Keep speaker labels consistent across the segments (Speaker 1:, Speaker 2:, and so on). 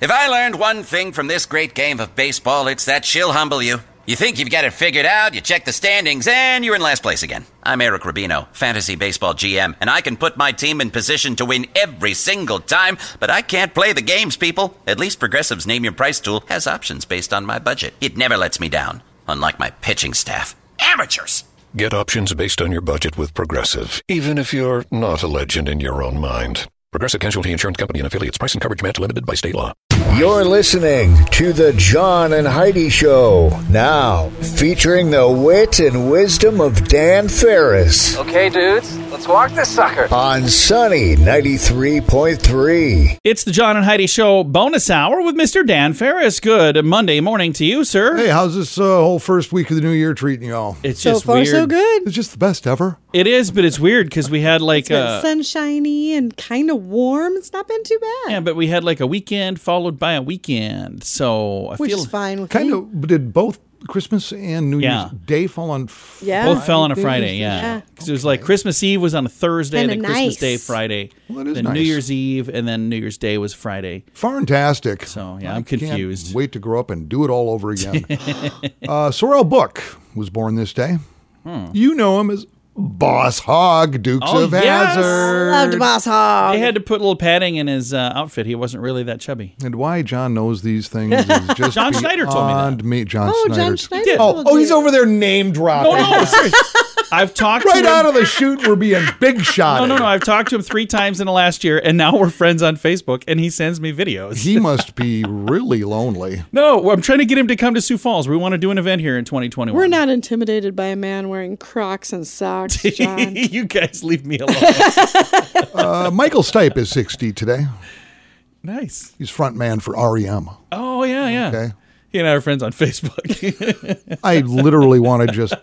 Speaker 1: If I learned one thing from this great game of baseball, it's that she'll humble you. You think you've got it figured out, you check the standings, and you're in last place again. I'm Eric Rubino, fantasy baseball GM, and I can put my team in position to win every single time, but I can't play the games, people. At least Progressive's Name Your Price tool has options based on my budget. It never lets me down, unlike my pitching staff. Amateurs!
Speaker 2: Get options based on your budget with Progressive, even if you're not a legend in your own mind. Progressive Casualty Insurance Company and affiliates. Price and coverage match limited by state law.
Speaker 3: You're listening to The John and Heidi Show, now featuring the wit and wisdom of Dan Ferris
Speaker 4: Okay, dudes, let's walk this sucker.
Speaker 3: on Sunny 93.3.
Speaker 5: It's the John and Heidi Show bonus hour with Mr. Dan Ferris. Good Monday morning to you, sir.
Speaker 6: Hey, how's this uh, whole first week of the new year treating y'all?
Speaker 5: It's
Speaker 7: So
Speaker 5: just
Speaker 7: far,
Speaker 5: weird.
Speaker 7: so good.
Speaker 6: It's just the best ever.
Speaker 5: It is, but it's weird because we had like uh,
Speaker 7: It's been
Speaker 5: a
Speaker 7: sunshiny and kind of warm. It's not been too bad,
Speaker 5: yeah, but we had like a weekend followed by a weekend. So I
Speaker 7: which
Speaker 5: feel
Speaker 7: is fine with
Speaker 6: Kind
Speaker 7: me.
Speaker 6: of did both Christmas and New
Speaker 5: Yeah.
Speaker 6: Year's Day fall on f-
Speaker 7: Yeah.
Speaker 5: both fell on a
Speaker 6: Friday,
Speaker 5: Friday.
Speaker 6: Thursday?
Speaker 5: Yeah,
Speaker 7: Yeah.
Speaker 5: because it was like Christmas Eve was on a Thursday, and then
Speaker 7: Kinda
Speaker 5: Christmas
Speaker 7: nice.
Speaker 5: Day Friday,
Speaker 6: Well, that is
Speaker 5: then New
Speaker 6: nice.
Speaker 5: Year's Eve, and then New Year's Day was Friday.
Speaker 6: Fantastic.
Speaker 5: So, yeah, I'm
Speaker 6: can't
Speaker 5: confused.
Speaker 6: wait to grow up and do it all over again. uh, Sorrel Book was born this day. You know him as Boss Hog, Dukes
Speaker 5: Hmm. Oh,
Speaker 6: of
Speaker 5: yes.
Speaker 6: Hazard.
Speaker 7: Loved Boss Hog.
Speaker 5: They had to put a little padding in his uh, outfit. He wasn't really that chubby.
Speaker 6: And why John knows these things is just
Speaker 5: John Schneider told me that.
Speaker 6: beyond me. John
Speaker 7: oh,
Speaker 6: Schneider.
Speaker 7: John Schneider.
Speaker 5: did.
Speaker 6: Oh, oh, he's over there name dropping.
Speaker 5: Oh no, sorry. I've talked to
Speaker 6: Right
Speaker 5: him.
Speaker 6: out of the chute, we're being big shot.
Speaker 5: no, no, no. I've talked to him three times in the last year, and now we're friends on Facebook, and he sends me videos.
Speaker 6: He must be really lonely.
Speaker 5: No, I'm trying to get him to come to Sioux Falls. We want to do an event here in 2021.
Speaker 7: We're not intimidated by a man wearing Crocs and socks, John.
Speaker 5: you guys leave me alone.
Speaker 6: Uh, Michael Stipe is 60 today.
Speaker 5: nice.
Speaker 6: He's front man for REM.
Speaker 5: Oh yeah, yeah.
Speaker 6: Okay.
Speaker 5: He and I are friends on Facebook.
Speaker 6: I literally want to just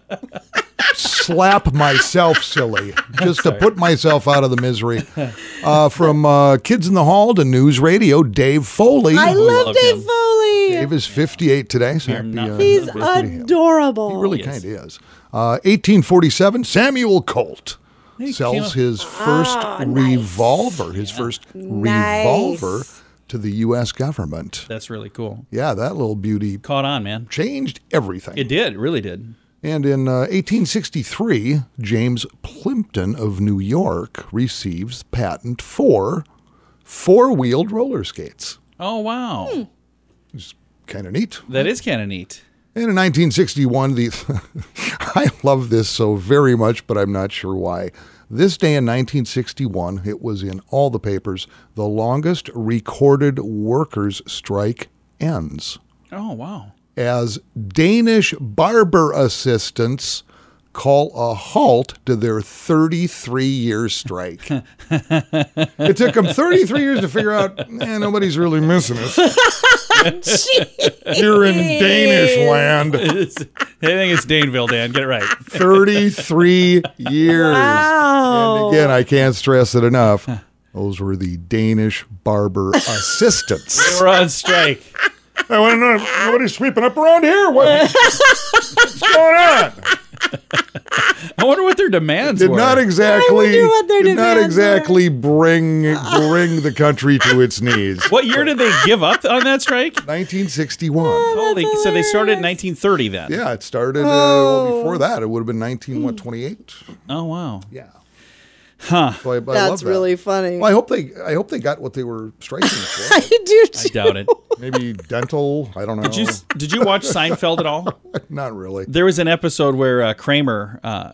Speaker 6: slap myself silly just to put myself out of the misery. Uh, from uh, Kids in the Hall to News Radio, Dave Foley.
Speaker 7: I love,
Speaker 5: love
Speaker 7: Dave
Speaker 5: him.
Speaker 7: Foley.
Speaker 6: Dave is 58 today. So happy,
Speaker 5: not
Speaker 6: uh,
Speaker 7: he's
Speaker 6: birthday to him.
Speaker 7: adorable.
Speaker 6: He really kind of is. Uh, 1847, Samuel Colt sells his first revolver, his first revolver to the U.S. government.
Speaker 5: That's really cool.
Speaker 6: Yeah, that little beauty
Speaker 5: Caught on, man.
Speaker 6: changed everything.
Speaker 5: It did. It really did.
Speaker 6: And in uh, 1863, James Plimpton of New York receives patent for four-wheeled roller skates.
Speaker 5: Oh wow,
Speaker 6: Hmm. Kind of neat.
Speaker 5: that is kind of neat.
Speaker 6: And in 1961, the I love this so very much, but I'm not sure why. This day in 1961, it was in all the papers, the longest recorded workers' strike ends
Speaker 5: Oh wow.
Speaker 6: as Danish barber assistants call a halt to their 33 year strike. it took them 33 years to figure out, eh, nobody's really missing us. You're in Danish land.
Speaker 5: I think it's Daneville, Dan. Get it right.
Speaker 6: 33 years.
Speaker 7: Wow.
Speaker 6: And again, I can't stress it enough. Those were the Danish barber assistants.
Speaker 5: We're on strike.
Speaker 6: I want to know nobody's sweeping up around here. What- what's going on?
Speaker 5: I wonder what their demands
Speaker 6: did
Speaker 5: were.
Speaker 6: not exactly
Speaker 7: wonder what their
Speaker 6: did not
Speaker 7: demands
Speaker 6: exactly bring bring the country to its knees.
Speaker 5: what year did they give up on that strike?
Speaker 7: Oh,
Speaker 6: 1961.
Speaker 5: Holy, so they started in 1930 then.
Speaker 6: Yeah, it started uh, well,
Speaker 7: Oh.
Speaker 6: before that. It would have been 1928.
Speaker 5: Oh wow.
Speaker 6: Yeah. Huh. So I, I love
Speaker 7: That's
Speaker 6: that.
Speaker 7: really funny.
Speaker 6: Well, I hope they I hope they got what they were striking for.
Speaker 7: I do
Speaker 5: I
Speaker 7: too.
Speaker 5: doubt it.
Speaker 6: Maybe dental. I don't know.
Speaker 5: Did you, Mm. did you watch Seinfeld at all?
Speaker 6: Not really.
Speaker 5: There was an episode where uh, Kramer, uh,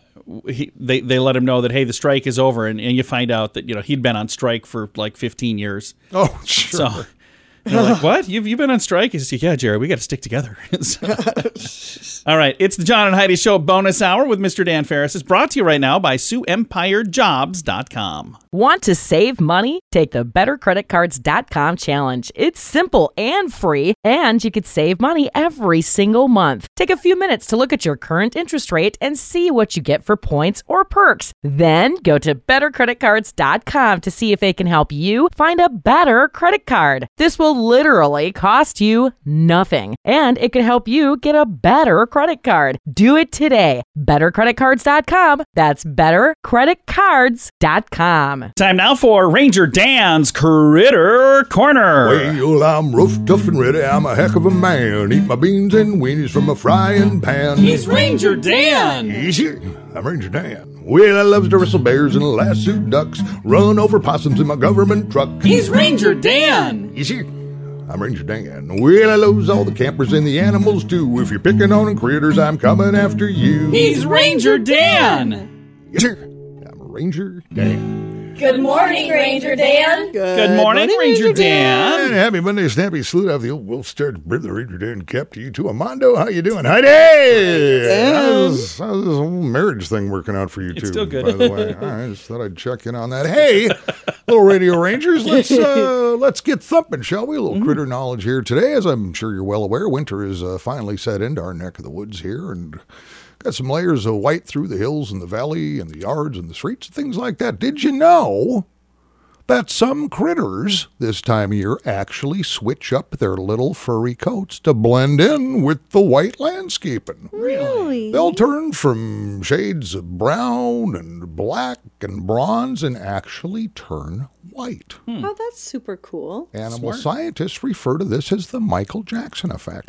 Speaker 5: he, they they let him know that hey, the strike is over, and, and you find out that you know he'd been on strike for like 15 years.
Speaker 6: Oh,
Speaker 5: So
Speaker 6: sure.
Speaker 5: they're like, what? You've you've been on strike? He's like, yeah, Jerry, we got to stick together. So- all right, it's the John and Heidi Show bonus hour with Mr. Dan Ferris. It's brought to you right now by SueEmpireJobs.com.
Speaker 8: Want to save money? Take the bettercreditcards.com challenge. It's simple and free, and you could save money every single month. Take a few minutes to look at your current interest rate and see what you get for points or perks. Then go to bettercreditcards.com to see if they can help you find a better credit card. This will literally cost you nothing, and it could help you get a better credit credit card. Do it today. BetterCreditCards.com. That's BetterCreditCards.com.
Speaker 5: Time now for Ranger Dan's Critter Corner.
Speaker 6: Well, I'm roast, tough, and ready. I'm a heck of a man. Eat my beans and weenies from a frying pan.
Speaker 5: Ranger Dan.
Speaker 6: Easy. I'm Ranger Dan. Well, I loves to wrestle bears and lasso ducks, run over possums in my government truck.
Speaker 5: He's Ranger Dan.
Speaker 6: Easy. I'm Ranger Dan. Well, I loves all the campers and the animals too. If you're picking on critters, I'm coming after you.
Speaker 5: He's Ranger Dan.
Speaker 6: Easy. I'm Ranger Dan.
Speaker 9: Good morning, Ranger Dan.
Speaker 5: Good morning, Ranger Dan.
Speaker 6: And happy Monday, Snappy Salute out the old Will Start Riddler Ranger Dan Cap to you too. Amando, how you doing? Heidi! How's, how's this whole marriage thing working out for you two?
Speaker 5: still good.
Speaker 6: By the way, I just thought I'd check in on that. Hey, little Radio Rangers, let's uh, let's get thumping, shall we? A
Speaker 5: Mm-hmm.
Speaker 6: little critter knowledge here today, as I'm sure you're well aware. Winter is uh, finally set into our neck of the woods here, and. Got some layers of white through the hills and the valley and the yards and the streets and things like that. Did you know that some critters this time of year actually switch up their little furry coats to blend in with the white landscaping?
Speaker 7: Really?
Speaker 6: They'll turn from shades of brown and black and bronze and actually turn white.
Speaker 5: Hmm.
Speaker 7: Oh, that's super cool.
Speaker 6: Animal scientists refer to this as the Michael Jackson effect.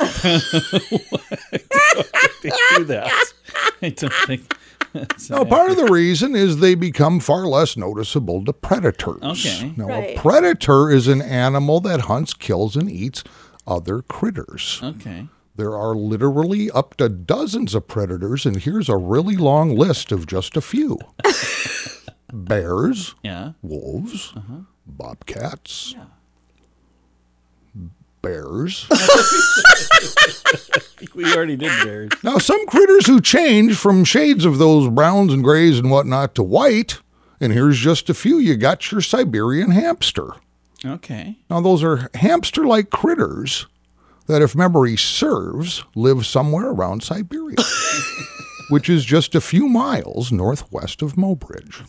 Speaker 5: They do that. I don't think. that's
Speaker 6: Now,
Speaker 5: it.
Speaker 6: part of the reason is they become far less noticeable to predators.
Speaker 5: Okay.
Speaker 6: Now,
Speaker 7: Right.
Speaker 6: a predator is an animal that hunts, kills, and eats other critters.
Speaker 5: Okay.
Speaker 6: There are literally up to dozens of predators, and here's a really long list of just a few bears,
Speaker 5: Yeah.
Speaker 6: wolves, bobcats, bears.
Speaker 5: I think we already did bears.
Speaker 6: Now, some critters who change from shades of those browns and grays and whatnot to white, and here's just a few. You got your Siberian hamster.
Speaker 5: Okay.
Speaker 6: Now, those are hamster like critters that, if memory serves, live somewhere around Siberia, which is just a few miles northwest of Mobridge.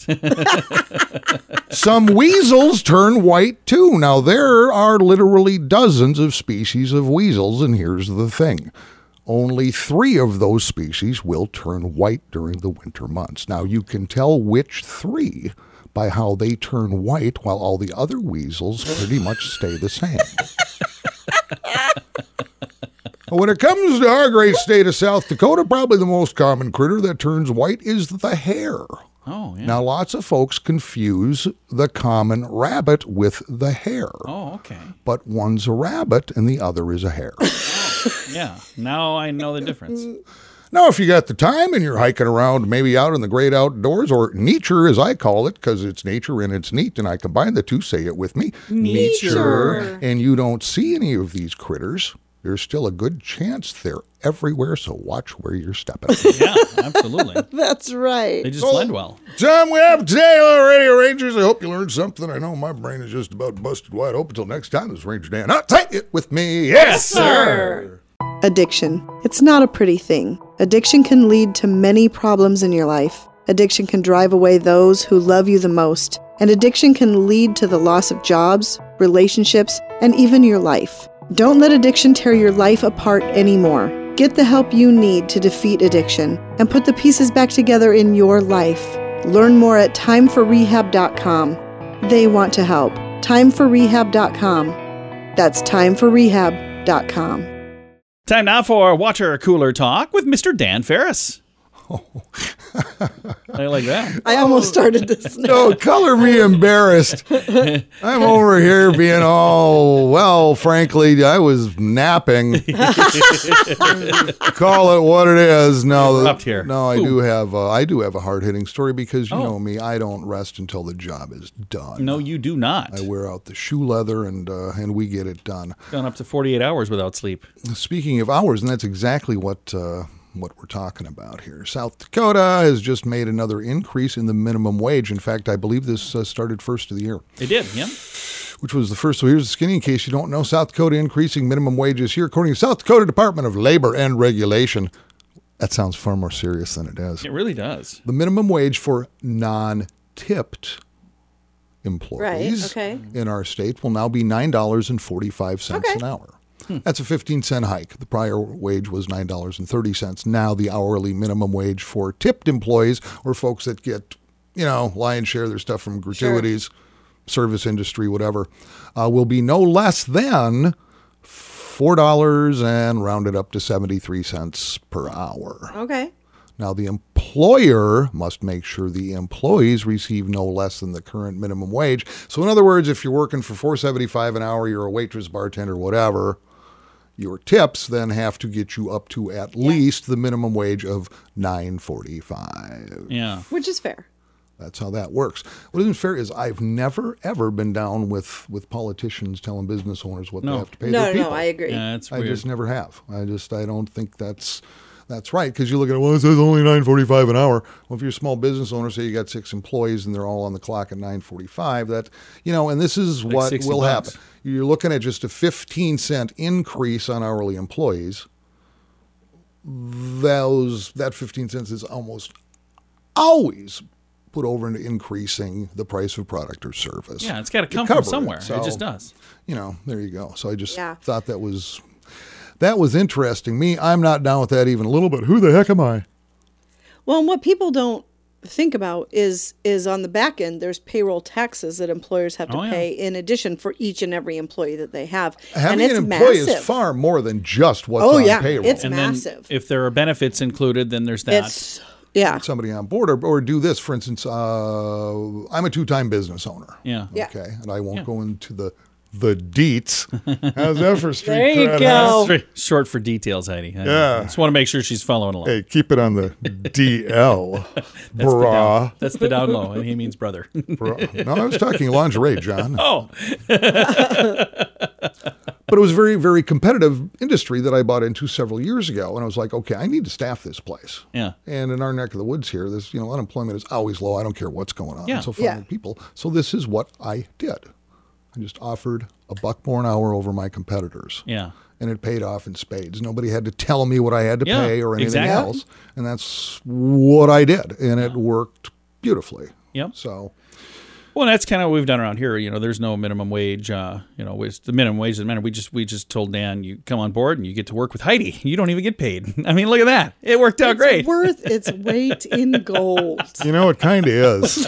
Speaker 6: Some weasels turn white too. Now, there are literally dozens of species of weasels, and here's the thing. Only three of those species will turn white during the winter months. Now, you can tell which three by how they turn white, while all the other weasels pretty much stay the same. But When it comes to our great state of South Dakota, probably the most common critter that turns white is the hare.
Speaker 5: Oh yeah.
Speaker 6: Now, lots of folks confuse the common rabbit with the hare,
Speaker 5: Oh okay.
Speaker 6: but one's a rabbit and the other is a hare.
Speaker 5: Yeah. Now I know the difference.
Speaker 6: Now, if you got the time and you're hiking around, maybe out in the great outdoors, or nature as I call it, because it's nature and it's neat, and I combine the two, say it with me nature, and you don't see any of these critters, there's still a good chance they're everywhere, so watch where you're stepping.
Speaker 5: Yeah. Absolutely.
Speaker 7: That's right.
Speaker 5: They just blend well.
Speaker 6: Time we have today on the Radio Rangers. I hope you learned something. I know my brain is just about busted wide open. Until next time, this is Ranger Dan. I'll take it with me. Yes, sir.
Speaker 7: Addiction. It's not a pretty thing. Addiction can lead to many problems in your life. Addiction can drive away those who love you the most. And addiction can lead to the loss of jobs, relationships, and even your life. Don't let addiction tear your life apart anymore. Get the help you need to defeat addiction and put the pieces back together in your life. Learn more at timeforrehab.com. They want to help. Timeforrehab.com. That's timeforrehab.com.
Speaker 5: Time now for water cooler talk with Mr. Dan Ferris. I like that.
Speaker 7: I almost started this.
Speaker 6: Oh, color me embarrassed. I'm over here being all, well, frankly, I was napping. Call it what it is. No,
Speaker 5: Up here.
Speaker 6: No, I do have uh, I do have a hard hitting story because you
Speaker 5: Oh.
Speaker 6: know me, I don't rest until the job is done.
Speaker 5: No, you do not.
Speaker 6: I wear out the shoe leather and uh, and we get it done.
Speaker 5: Gone up to 48 hours without sleep.
Speaker 6: Speaking of hours, and that's exactly what uh, what we're talking about here. South Dakota has just made another increase in the minimum wage. In fact, I believe this uh, started first of the year,
Speaker 5: It did, yeah.
Speaker 6: which was the first. So here's the skinny. In case you don't know, South Dakota increasing minimum wages here, according to South Dakota Department of Labor and Regulation. That sounds far more serious than it is.
Speaker 5: It really does.
Speaker 6: The minimum wage for non-tipped employees
Speaker 7: okay.
Speaker 6: in our state will now be nine dollars and forty-five cents
Speaker 7: Okay.
Speaker 6: an hour. That's a 15 cent hike. The prior wage was $9.30. Now the hourly minimum wage for tipped employees or folks that get, you know, lion's share of their stuff from gratuities, service industry, whatever, uh, will be no less than $4 and rounded up to 73 cents per hour.
Speaker 7: Okay.
Speaker 6: Now, the employer must make sure the employees receive no less than the current minimum wage. So, in other words, if you're working for four seventy five an hour, you're a waitress, bartender, whatever, your tips then have to get you up to at least the minimum wage of nine forty five.
Speaker 5: Yeah.
Speaker 7: Which is fair.
Speaker 6: That's how that works. What isn't fair is I've never ever been down with with politicians telling business owners what
Speaker 5: No.
Speaker 6: they have to pay
Speaker 7: No,
Speaker 6: their
Speaker 7: no,
Speaker 6: people.
Speaker 7: no, I agree.
Speaker 5: Yeah, that's
Speaker 6: I
Speaker 5: weird.
Speaker 6: just never have. I just I don't think that's that's right because you look at it. Well, it says only nine forty-five an hour. Well, if you're a small business owner, say you got six employees and they're all on the clock at nine forty-five, that you know, and this is what
Speaker 5: 60
Speaker 6: will
Speaker 5: bucks.
Speaker 6: happen. You're looking at just a fifteen cent increase on hourly employees. Those that fifteen cents is almost always put over into increasing the price of product or service.
Speaker 5: Yeah, it's got to come
Speaker 6: cover
Speaker 5: from
Speaker 6: it,
Speaker 5: somewhere. It,
Speaker 6: so-
Speaker 5: just does.
Speaker 6: you know, there you go. So I just
Speaker 7: Yeah.
Speaker 6: thought that was that was interesting. Me, I'm not down with that even a little bit. Who the heck am I?
Speaker 7: Well, and what people don't think about is is on the back end there's payroll taxes that employers have to
Speaker 5: Oh, yeah.
Speaker 7: pay in addition for each and every employee that they have.
Speaker 6: Having
Speaker 7: and it's
Speaker 6: an employee
Speaker 7: massive.
Speaker 6: is far more than just what's
Speaker 7: Oh,
Speaker 6: on
Speaker 7: yeah.
Speaker 6: payroll.
Speaker 7: It's-
Speaker 5: And
Speaker 7: massive.
Speaker 5: then if there are benefits included, then there's that.
Speaker 7: It's yeah.
Speaker 6: Somebody on board, or, or do this. For instance, uh, I'm a two-time business owner.
Speaker 5: yeah.
Speaker 7: Yeah.
Speaker 6: Okay, and I won't go into the the deets. How's that for street
Speaker 7: There you
Speaker 6: cred, huh?
Speaker 7: go.
Speaker 5: That's very short for details, Heidi. I
Speaker 6: Yeah.
Speaker 5: just want to make sure she's following along.
Speaker 6: Hey, keep it on the DL,
Speaker 5: That's the down-
Speaker 6: brah.
Speaker 5: that's the down low, and he means brother.
Speaker 6: brah. No, I was talking lingerie, John.
Speaker 5: oh,
Speaker 6: but it was a very very competitive industry that I bought into several years ago, and I was like, okay, I need to staff this place.
Speaker 5: yeah.
Speaker 6: And in our neck of the woods here, this you know unemployment is always low. I don't care what's going on.
Speaker 5: Yeah.
Speaker 6: So finding
Speaker 7: Yeah.
Speaker 6: people. So this is what I did. I just offered a buck more an hour over my competitors.
Speaker 5: Yeah.
Speaker 6: And it paid off in spades. Nobody had to tell me what I had to
Speaker 5: Yeah,
Speaker 6: pay or anything
Speaker 5: exactly.
Speaker 6: else. And that's what I did. And it worked beautifully.
Speaker 5: Yep.
Speaker 6: So
Speaker 5: Well, that's kind of what we've done around here. You know, there's no minimum wage. Uh, you know, it's the minimum wage doesn't matter. We just we just told Dan you come on board and you get to work with Heidi. You don't even get paid. I mean, look at that. It worked out Oh, great.
Speaker 7: It's worth its weight in gold.
Speaker 6: You know, it kind of is.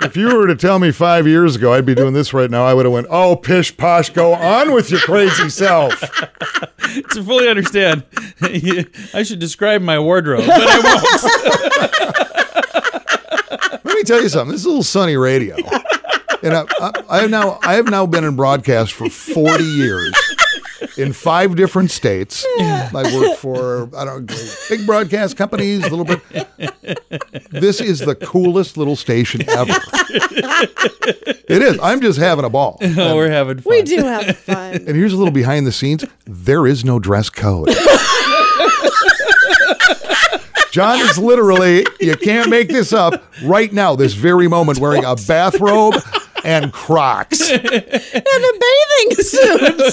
Speaker 6: if you were to tell me five years ago I'd be doing this right now, I would have went, "Oh, pish posh, go on with your crazy self."
Speaker 5: to fully understand, I should describe my wardrobe, but I won't.
Speaker 6: Let me tell you something. This is a little sunny radio, and I, I, I have now I have now been in broadcast for forty years. In five different states, I work for I don't big broadcast companies. A little bit. This is the coolest little station ever. it is. I'm just having a ball.
Speaker 5: No, we're having fun.
Speaker 7: We do have fun.
Speaker 6: And here's a little behind the scenes. There is no dress code. John is literally, you can't make this up, right now, this very moment, wearing a bathrobe and Crocs.
Speaker 7: and a bathing suit.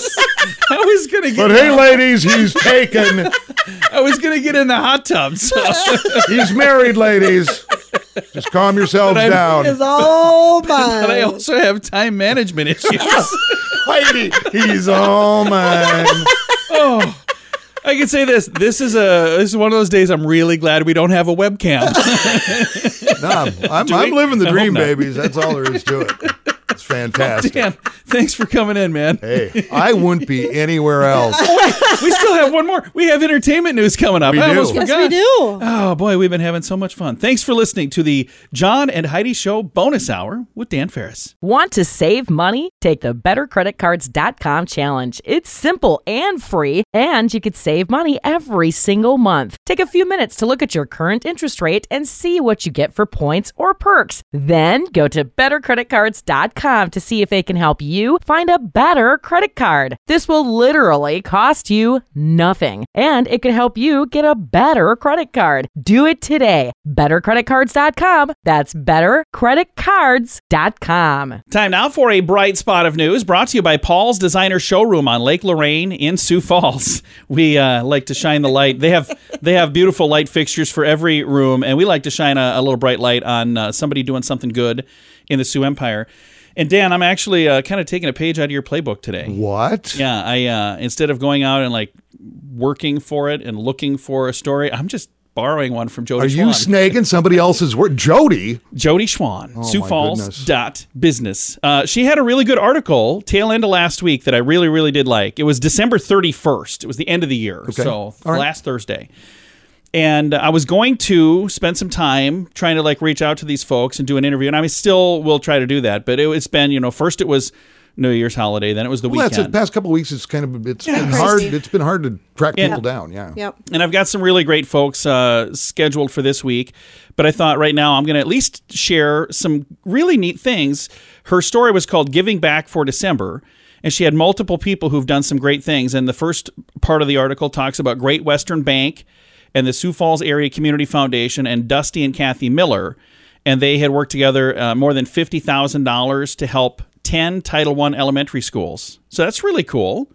Speaker 5: I was gonna get.
Speaker 6: hey, ladies, he's taken.
Speaker 5: I was gonna get in the hot tub. So
Speaker 6: He's married, ladies. Just calm yourselves
Speaker 5: But I'm-
Speaker 7: It's all
Speaker 5: but I
Speaker 7: mine.
Speaker 5: also have time management issues.
Speaker 6: Heidi, he's all mine.
Speaker 5: oh, I can say this. This is a this is one of those days. I'm really glad we don't have a webcam.
Speaker 6: No, I'm, I'm,
Speaker 5: we-
Speaker 6: I'm living the
Speaker 5: I hope
Speaker 6: dream,
Speaker 5: not. Oh,
Speaker 6: babies. That's all there is to it. It's fantastic.
Speaker 5: Dan, thanks for coming in, man.
Speaker 6: Hey, I wouldn't be anywhere else.
Speaker 5: We still have one more. We have entertainment news coming up.
Speaker 6: We
Speaker 5: I
Speaker 6: do.
Speaker 5: almost
Speaker 6: Yes,
Speaker 5: forgot.
Speaker 7: we do.
Speaker 5: Oh boy, we've been having so much fun. Thanks for listening to the John and Heidi Show bonus hour with Dan Ferris.
Speaker 8: Want to save money? Take the bettercreditcards.com challenge. It's simple and free, and you could save money every single month. Take a few minutes to look at your current interest rate and see what you get for points or perks. Then go to bettercreditcards.com to see if they can help you find a better credit card. This will literally cost you nothing, and it could help you get a better credit card. Do it today. Bettercreditcards.com. That's bettercreditcards.com.
Speaker 5: Time now for a bright spot of news brought to you by Paul's Designer Showroom on Lake Lorraine in Sioux Falls. We uh, like to shine the light. They have they have beautiful light fixtures for every room, and we like to shine a, a little bright light on uh, somebody doing something good in the Sioux Empire. And Dan, I'm actually uh, kind of taking a page out of your playbook today.
Speaker 6: What?
Speaker 5: Yeah, I uh, instead of going out and like working for it and looking for a story, I'm just borrowing one from Jody.
Speaker 6: Are you
Speaker 5: Schwann.
Speaker 6: snagging somebody else's word? Jody?
Speaker 5: Jody Schwann, Sioux
Speaker 6: Oh, my
Speaker 5: Falls
Speaker 6: goodness.
Speaker 5: dot business. Uh, she had a really good article tail end of last week that I really really did like. It was December 31st. It was the end of the year, so
Speaker 6: right.
Speaker 5: last Thursday. And I was going to spend some time trying to like reach out to these folks and do an interview, and I still will try to do that. But it, it's been you know first it was New Year's holiday, then it was the
Speaker 6: Well, that's
Speaker 5: weekend.
Speaker 6: it. Past couple weeks, it's kind of it's been
Speaker 7: crazy.
Speaker 6: hard. It's been hard to track people down. Yeah.
Speaker 7: Yep.
Speaker 5: and I've got some really great folks uh, scheduled for this week. But I thought right now I'm going to at least share some really neat things. Her story was called Giving Back for December. And she had multiple people who've done some great things. And the first part of the article talks about Great Western Bank and the Sioux Falls Area Community Foundation and Dusty and Kathy Miller. And they had worked together uh, more than $50,000 to help 10 Title I elementary schools. So that's really cool.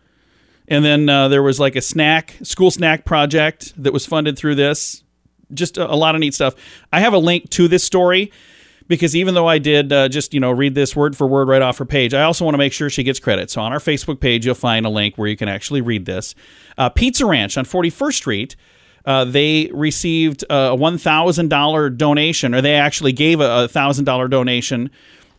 Speaker 5: And then uh, there was like a snack, school snack project that was funded through this. Just a, a lot of neat stuff. I have a link to this story because even though I did uh, just, you know, read this word for word right off her page, I also want to make sure she gets credit. So on our Facebook page, you'll find a link where you can actually read this. Uh, Pizza Ranch on 41st Street. Uh, they received uh, a $1,000 donation, or they actually gave a a $1,000 donation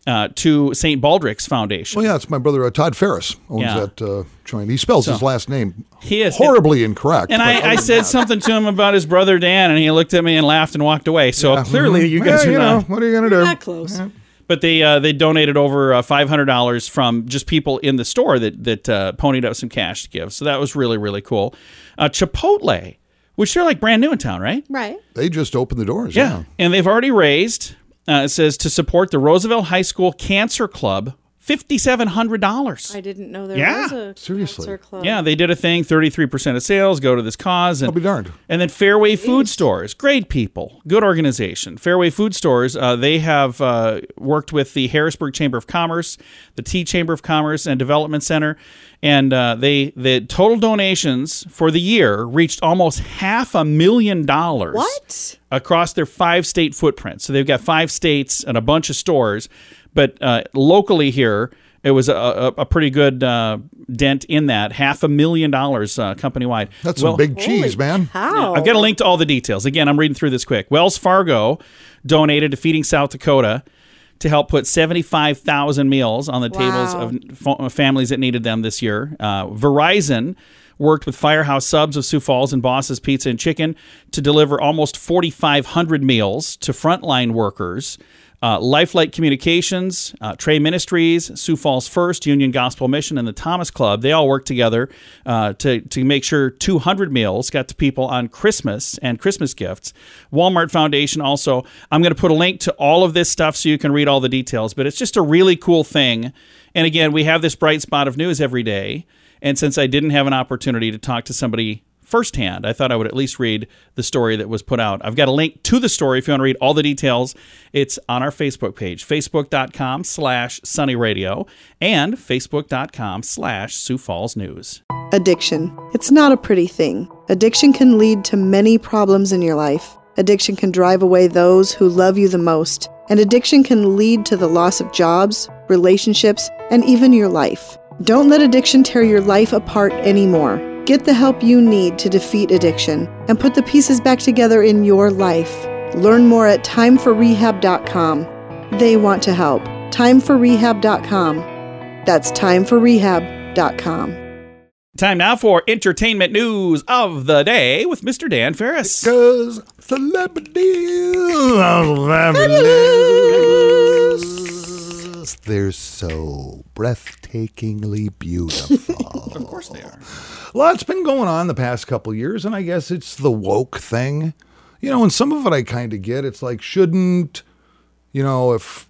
Speaker 5: uh, to St. Baldrick's Foundation.
Speaker 6: Well, yeah, it's my brother uh, Todd Ferris owns
Speaker 5: Yeah.
Speaker 6: that uh, joint. He spells his last name
Speaker 5: He is-
Speaker 6: horribly incorrect.
Speaker 5: And
Speaker 6: but
Speaker 5: I,
Speaker 6: other
Speaker 5: I
Speaker 6: than
Speaker 5: said
Speaker 6: that-
Speaker 5: something to him about his brother Dan, and he looked at me and laughed and walked away. So clearly, you
Speaker 6: Eh,
Speaker 5: guys are
Speaker 6: you
Speaker 5: not.
Speaker 6: know, what are you gonna do?
Speaker 7: Not close.
Speaker 5: But they uh, they donated over uh, five hundred dollars from just people in the store that that uh, ponied up some cash to give. So that was really really cool. Uh, Chipotle, which they're like brand new in town, right?
Speaker 7: Right.
Speaker 6: They just opened the doors. Yeah.
Speaker 5: And they've already raised. Uh, it says to support the Roosevelt High School Cancer Club, fifty seven hundred dollars.
Speaker 7: I didn't know there
Speaker 5: Yeah.
Speaker 7: was a
Speaker 6: Seriously.
Speaker 7: cancer club.
Speaker 5: Yeah, they did a thing. Thirty-three percent of sales go to this cause. And,
Speaker 6: I'll be darned.
Speaker 5: And then Fairway Food Stores, great people, good organization. Fairway Food Stores, uh, they have uh, worked with the Harrisburg Chamber of Commerce, the T Chamber of Commerce and Development Center, and uh, they the total donations for the year reached almost half a million dollars
Speaker 7: What?
Speaker 5: across their five state footprint. So they've got five states and a bunch of stores, but uh, locally here, it was a, a, a pretty good uh, dent in that half a million dollars uh, company wide.
Speaker 6: That's
Speaker 5: well,
Speaker 6: some big cheese, man.
Speaker 7: How?
Speaker 5: I've got a link to all the details. Again, I'm reading through this quick. Wells Fargo donated to Feeding South Dakota to help put 75,000 meals on the tables
Speaker 7: Wow.
Speaker 5: of fa- uh, families that needed them this year. Uh, Verizon worked with Firehouse Subs of Sioux Falls and Boss's Pizza and Chicken to deliver almost 4,500 meals to frontline workers. Uh, Lifelike Communications, uh, Trey Ministries, Sioux Falls First, Union Gospel Mission, and the Thomas Club, they all worked together uh, to, to make sure 200 meals got to people on Christmas and Christmas gifts. Walmart Foundation also. I'm going to put a link to all of this stuff so you can read all the details, but it's just a really cool thing. And again, we have this bright spot of news every day. And since I didn't have an opportunity to talk to somebody firsthand, I thought I would at least read the story that was put out. I've got a link to the story if you want to read all the details. It's on our Facebook page, facebook.com slash sunny radio and facebook.com slash Sioux Falls News.
Speaker 7: Addiction. It's not a pretty thing. Addiction can lead to many problems in your life. Addiction can drive away those who love you the most. And addiction can lead to the loss of jobs, relationships, and even your life. Don't let addiction tear your life apart anymore. Get the help you need to defeat addiction and put the pieces back together in your life. Learn more at timeforrehab.com. They want to help. Timeforrehab.com. That's timeforrehab.com.
Speaker 5: Time now for entertainment news of the day with Mr. Dan Ferris.
Speaker 6: Because celebrity, fabulous. They're so breathtakingly beautiful. of course they are. A lot's been going on the past couple years, and I guess it's the woke thing. You know, and some of it I kind of get. It's like, shouldn't, you know, if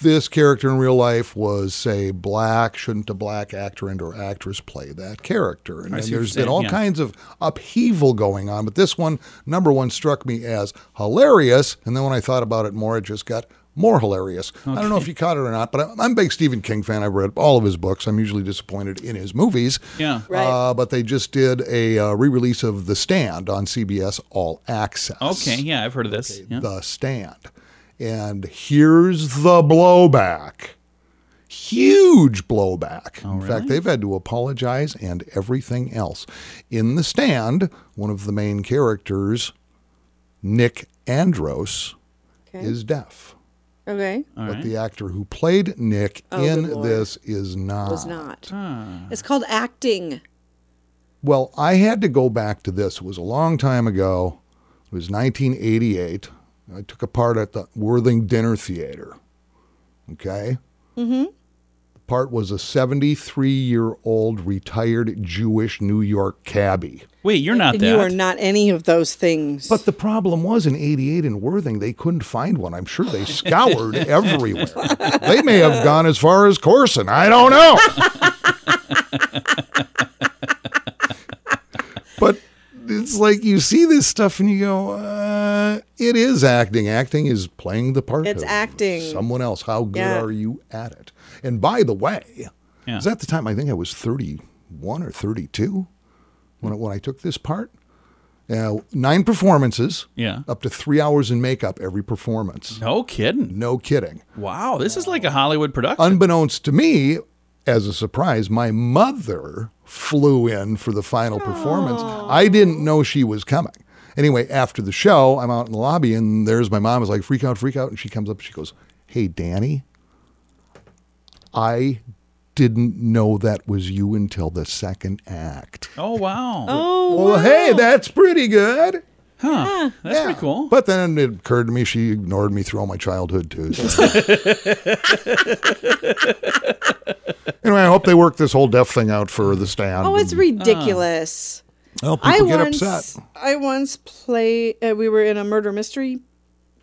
Speaker 6: this character in real life was, say, black, shouldn't a black actor and or actress play that character? And, then
Speaker 5: what
Speaker 6: there's
Speaker 5: you're
Speaker 6: been
Speaker 5: saying,
Speaker 6: all
Speaker 5: yeah.
Speaker 6: kinds of upheaval going on, but this one, number one, struck me as hilarious. And then when I thought about it more, it just got more hilarious. I don't know if you caught it or not, but I'm, I'm a big Stephen King fan. I've read all of his books. I'm usually disappointed in his movies.
Speaker 5: Yeah.
Speaker 7: Right.
Speaker 6: Uh, but they just did a uh, re release of The Stand on CBS All Access.
Speaker 5: Okay, yeah, I've heard of this. Yeah.
Speaker 6: The Stand. And here's the blowback. huge
Speaker 7: Oh,
Speaker 6: blowback. in fact, they've had to apologize and everything else. In The Stand, one of the main characters, Nick Andros,
Speaker 7: Okay.
Speaker 6: is deaf.
Speaker 7: Okay.
Speaker 6: but the actor who played Nick
Speaker 7: Oh, good
Speaker 6: in
Speaker 7: lord.
Speaker 6: this is not.
Speaker 7: Was not.
Speaker 5: Hmm.
Speaker 7: It's called acting.
Speaker 6: Well, I had to go back to this. It was a long time ago. It was 1988. I took a part at the Worthing Dinner Theater. Okay? Mm hmm. The part was a 73 year old retired Jewish New York cabbie.
Speaker 5: Wait, you're not that.
Speaker 7: You are not any of those things.
Speaker 6: But the problem was in 88 in Worthing, they couldn't find one. I'm sure they scoured everywhere. They may have gone as far as Corson. I don't know. but it's like you see this stuff and you go, uh, it is acting. Acting is playing the part
Speaker 7: It's
Speaker 6: of
Speaker 7: acting.
Speaker 6: someone else. How good
Speaker 7: Yeah.
Speaker 6: are you at it? And by the way,
Speaker 5: Yeah.
Speaker 6: because at the time I think I was 31 or 32 when, when I took this part. Uh, nine performances.
Speaker 5: Yeah.
Speaker 6: Up to three hours in makeup every performance.
Speaker 5: no kidding.
Speaker 6: No kidding.
Speaker 5: Wow, this is like a Hollywood production.
Speaker 6: Unbeknownst to me, as a surprise, my mother flew in for the final performance. I didn't know she was coming. Anyway, after the show, I'm out in the lobby and there's my mom is like, freak out, freak out. And she comes up and she goes, Hey, Danny, I didn't know that was you until the second act.
Speaker 5: oh wow.
Speaker 6: Well, hey, that's pretty good.
Speaker 5: huh. That's
Speaker 6: Yeah.
Speaker 5: pretty cool.
Speaker 6: But then it occurred to me she ignored me through all my childhood too. so. anyway, I hope they work this whole deaf thing out for the stand.
Speaker 7: oh, it's
Speaker 5: Hmm.
Speaker 7: ridiculous.
Speaker 6: Well, people
Speaker 7: I
Speaker 6: get
Speaker 7: once
Speaker 6: upset.
Speaker 7: I once play. Uh, we were in a murder mystery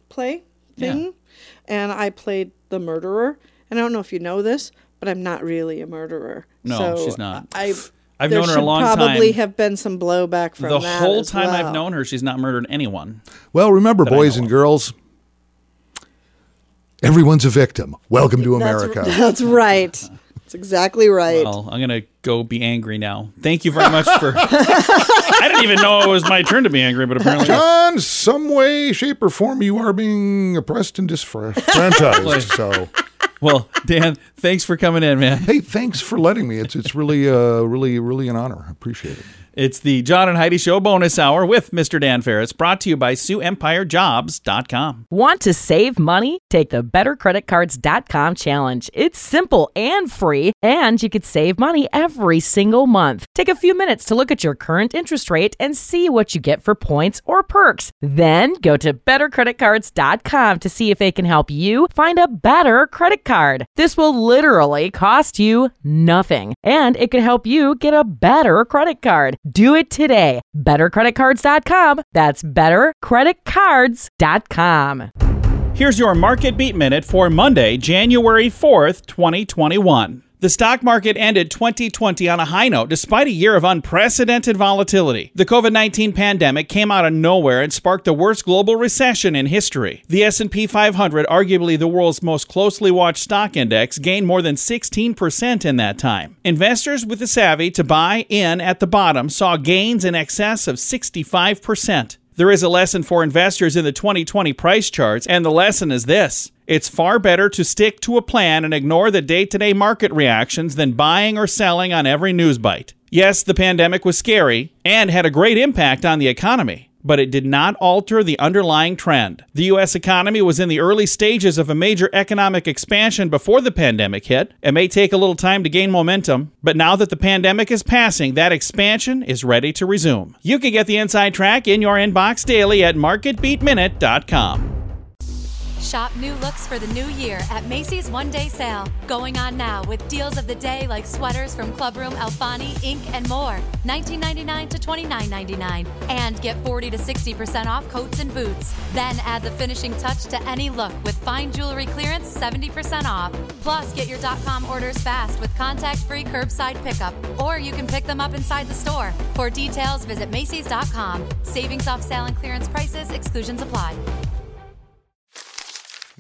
Speaker 7: play thing, and I played the murderer. And I don't know if you know this, but I'm not really a murderer.
Speaker 5: No,
Speaker 7: So
Speaker 5: she's not.
Speaker 7: I.
Speaker 5: I've
Speaker 7: there
Speaker 5: known her a
Speaker 7: should
Speaker 5: long
Speaker 7: probably
Speaker 5: time.
Speaker 7: have been some blowback from
Speaker 5: The
Speaker 7: that
Speaker 5: whole
Speaker 7: as
Speaker 5: time I've
Speaker 7: well.
Speaker 5: known her, she's not murdered anyone.
Speaker 6: Well, remember,
Speaker 5: I
Speaker 6: boys
Speaker 5: know
Speaker 6: and
Speaker 5: of.
Speaker 6: girls, everyone's a victim. Welcome to
Speaker 7: That's-
Speaker 6: America.
Speaker 7: That's right. That's exactly right.
Speaker 5: Well, I'm gonna go be angry now. Thank you very much for. I didn't even know it was my turn to be angry, but apparently,
Speaker 6: John, some way, shape, or form, you are being oppressed and disfranchised. so,
Speaker 5: well, Dan, thanks for coming in, man.
Speaker 6: hey, thanks for letting me. It's it's really, uh, really, really an honor. I appreciate it.
Speaker 5: It's the John and Heidi Show bonus hour with Mr. Dan Ferris, brought to you by SueEmpireJobs.com.
Speaker 8: Want to save money? Take the bettercreditcards.com challenge. It's simple and free, and you could save money every single month. Take a few minutes to look at your current interest rate and see what you get for points or perks. Then go to bettercreditcards.com to see if they can help you find a better credit card. This will literally cost you nothing, and it could help you get a better credit card. Do it today. BetterCreditCards.com. That's BetterCreditCards.com.
Speaker 5: Here's your market beat minute for Monday, January 4th, 2021. The stock market ended 2020 on a high note despite a year of unprecedented volatility. The COVID-19 pandemic came out of nowhere and sparked the worst global recession in history. The S&P 500, arguably the world's most closely watched stock index, gained more than 16% in that time. Investors with the savvy to buy in at the bottom saw gains in excess of 65%. There is a lesson for investors in the 2020 price charts, and the lesson is this it's far better to stick to a plan and ignore the day to day market reactions than buying or selling on every news bite. Yes, the pandemic was scary and had a great impact on the economy. But it did not alter the underlying trend. The U.S. economy was in the early stages of a major economic expansion before the pandemic hit. It may take a little time to gain momentum, but now that the pandemic is passing, that expansion is ready to resume. You can get the inside track in your inbox daily at marketbeatminute.com.
Speaker 10: Shop new looks for the new year at Macy's One Day Sale. Going on now with deals of the day like sweaters from Clubroom, Alfani, Inc., and more. $19.99 to $29.99. And get 40 to 60% off coats and boots. Then add the finishing touch to any look with fine jewelry clearance 70% off. Plus, get your .com orders fast with contact-free curbside pickup. Or you can pick them up inside the store. For details, visit Macy's.com. Savings off sale and clearance prices. Exclusions apply.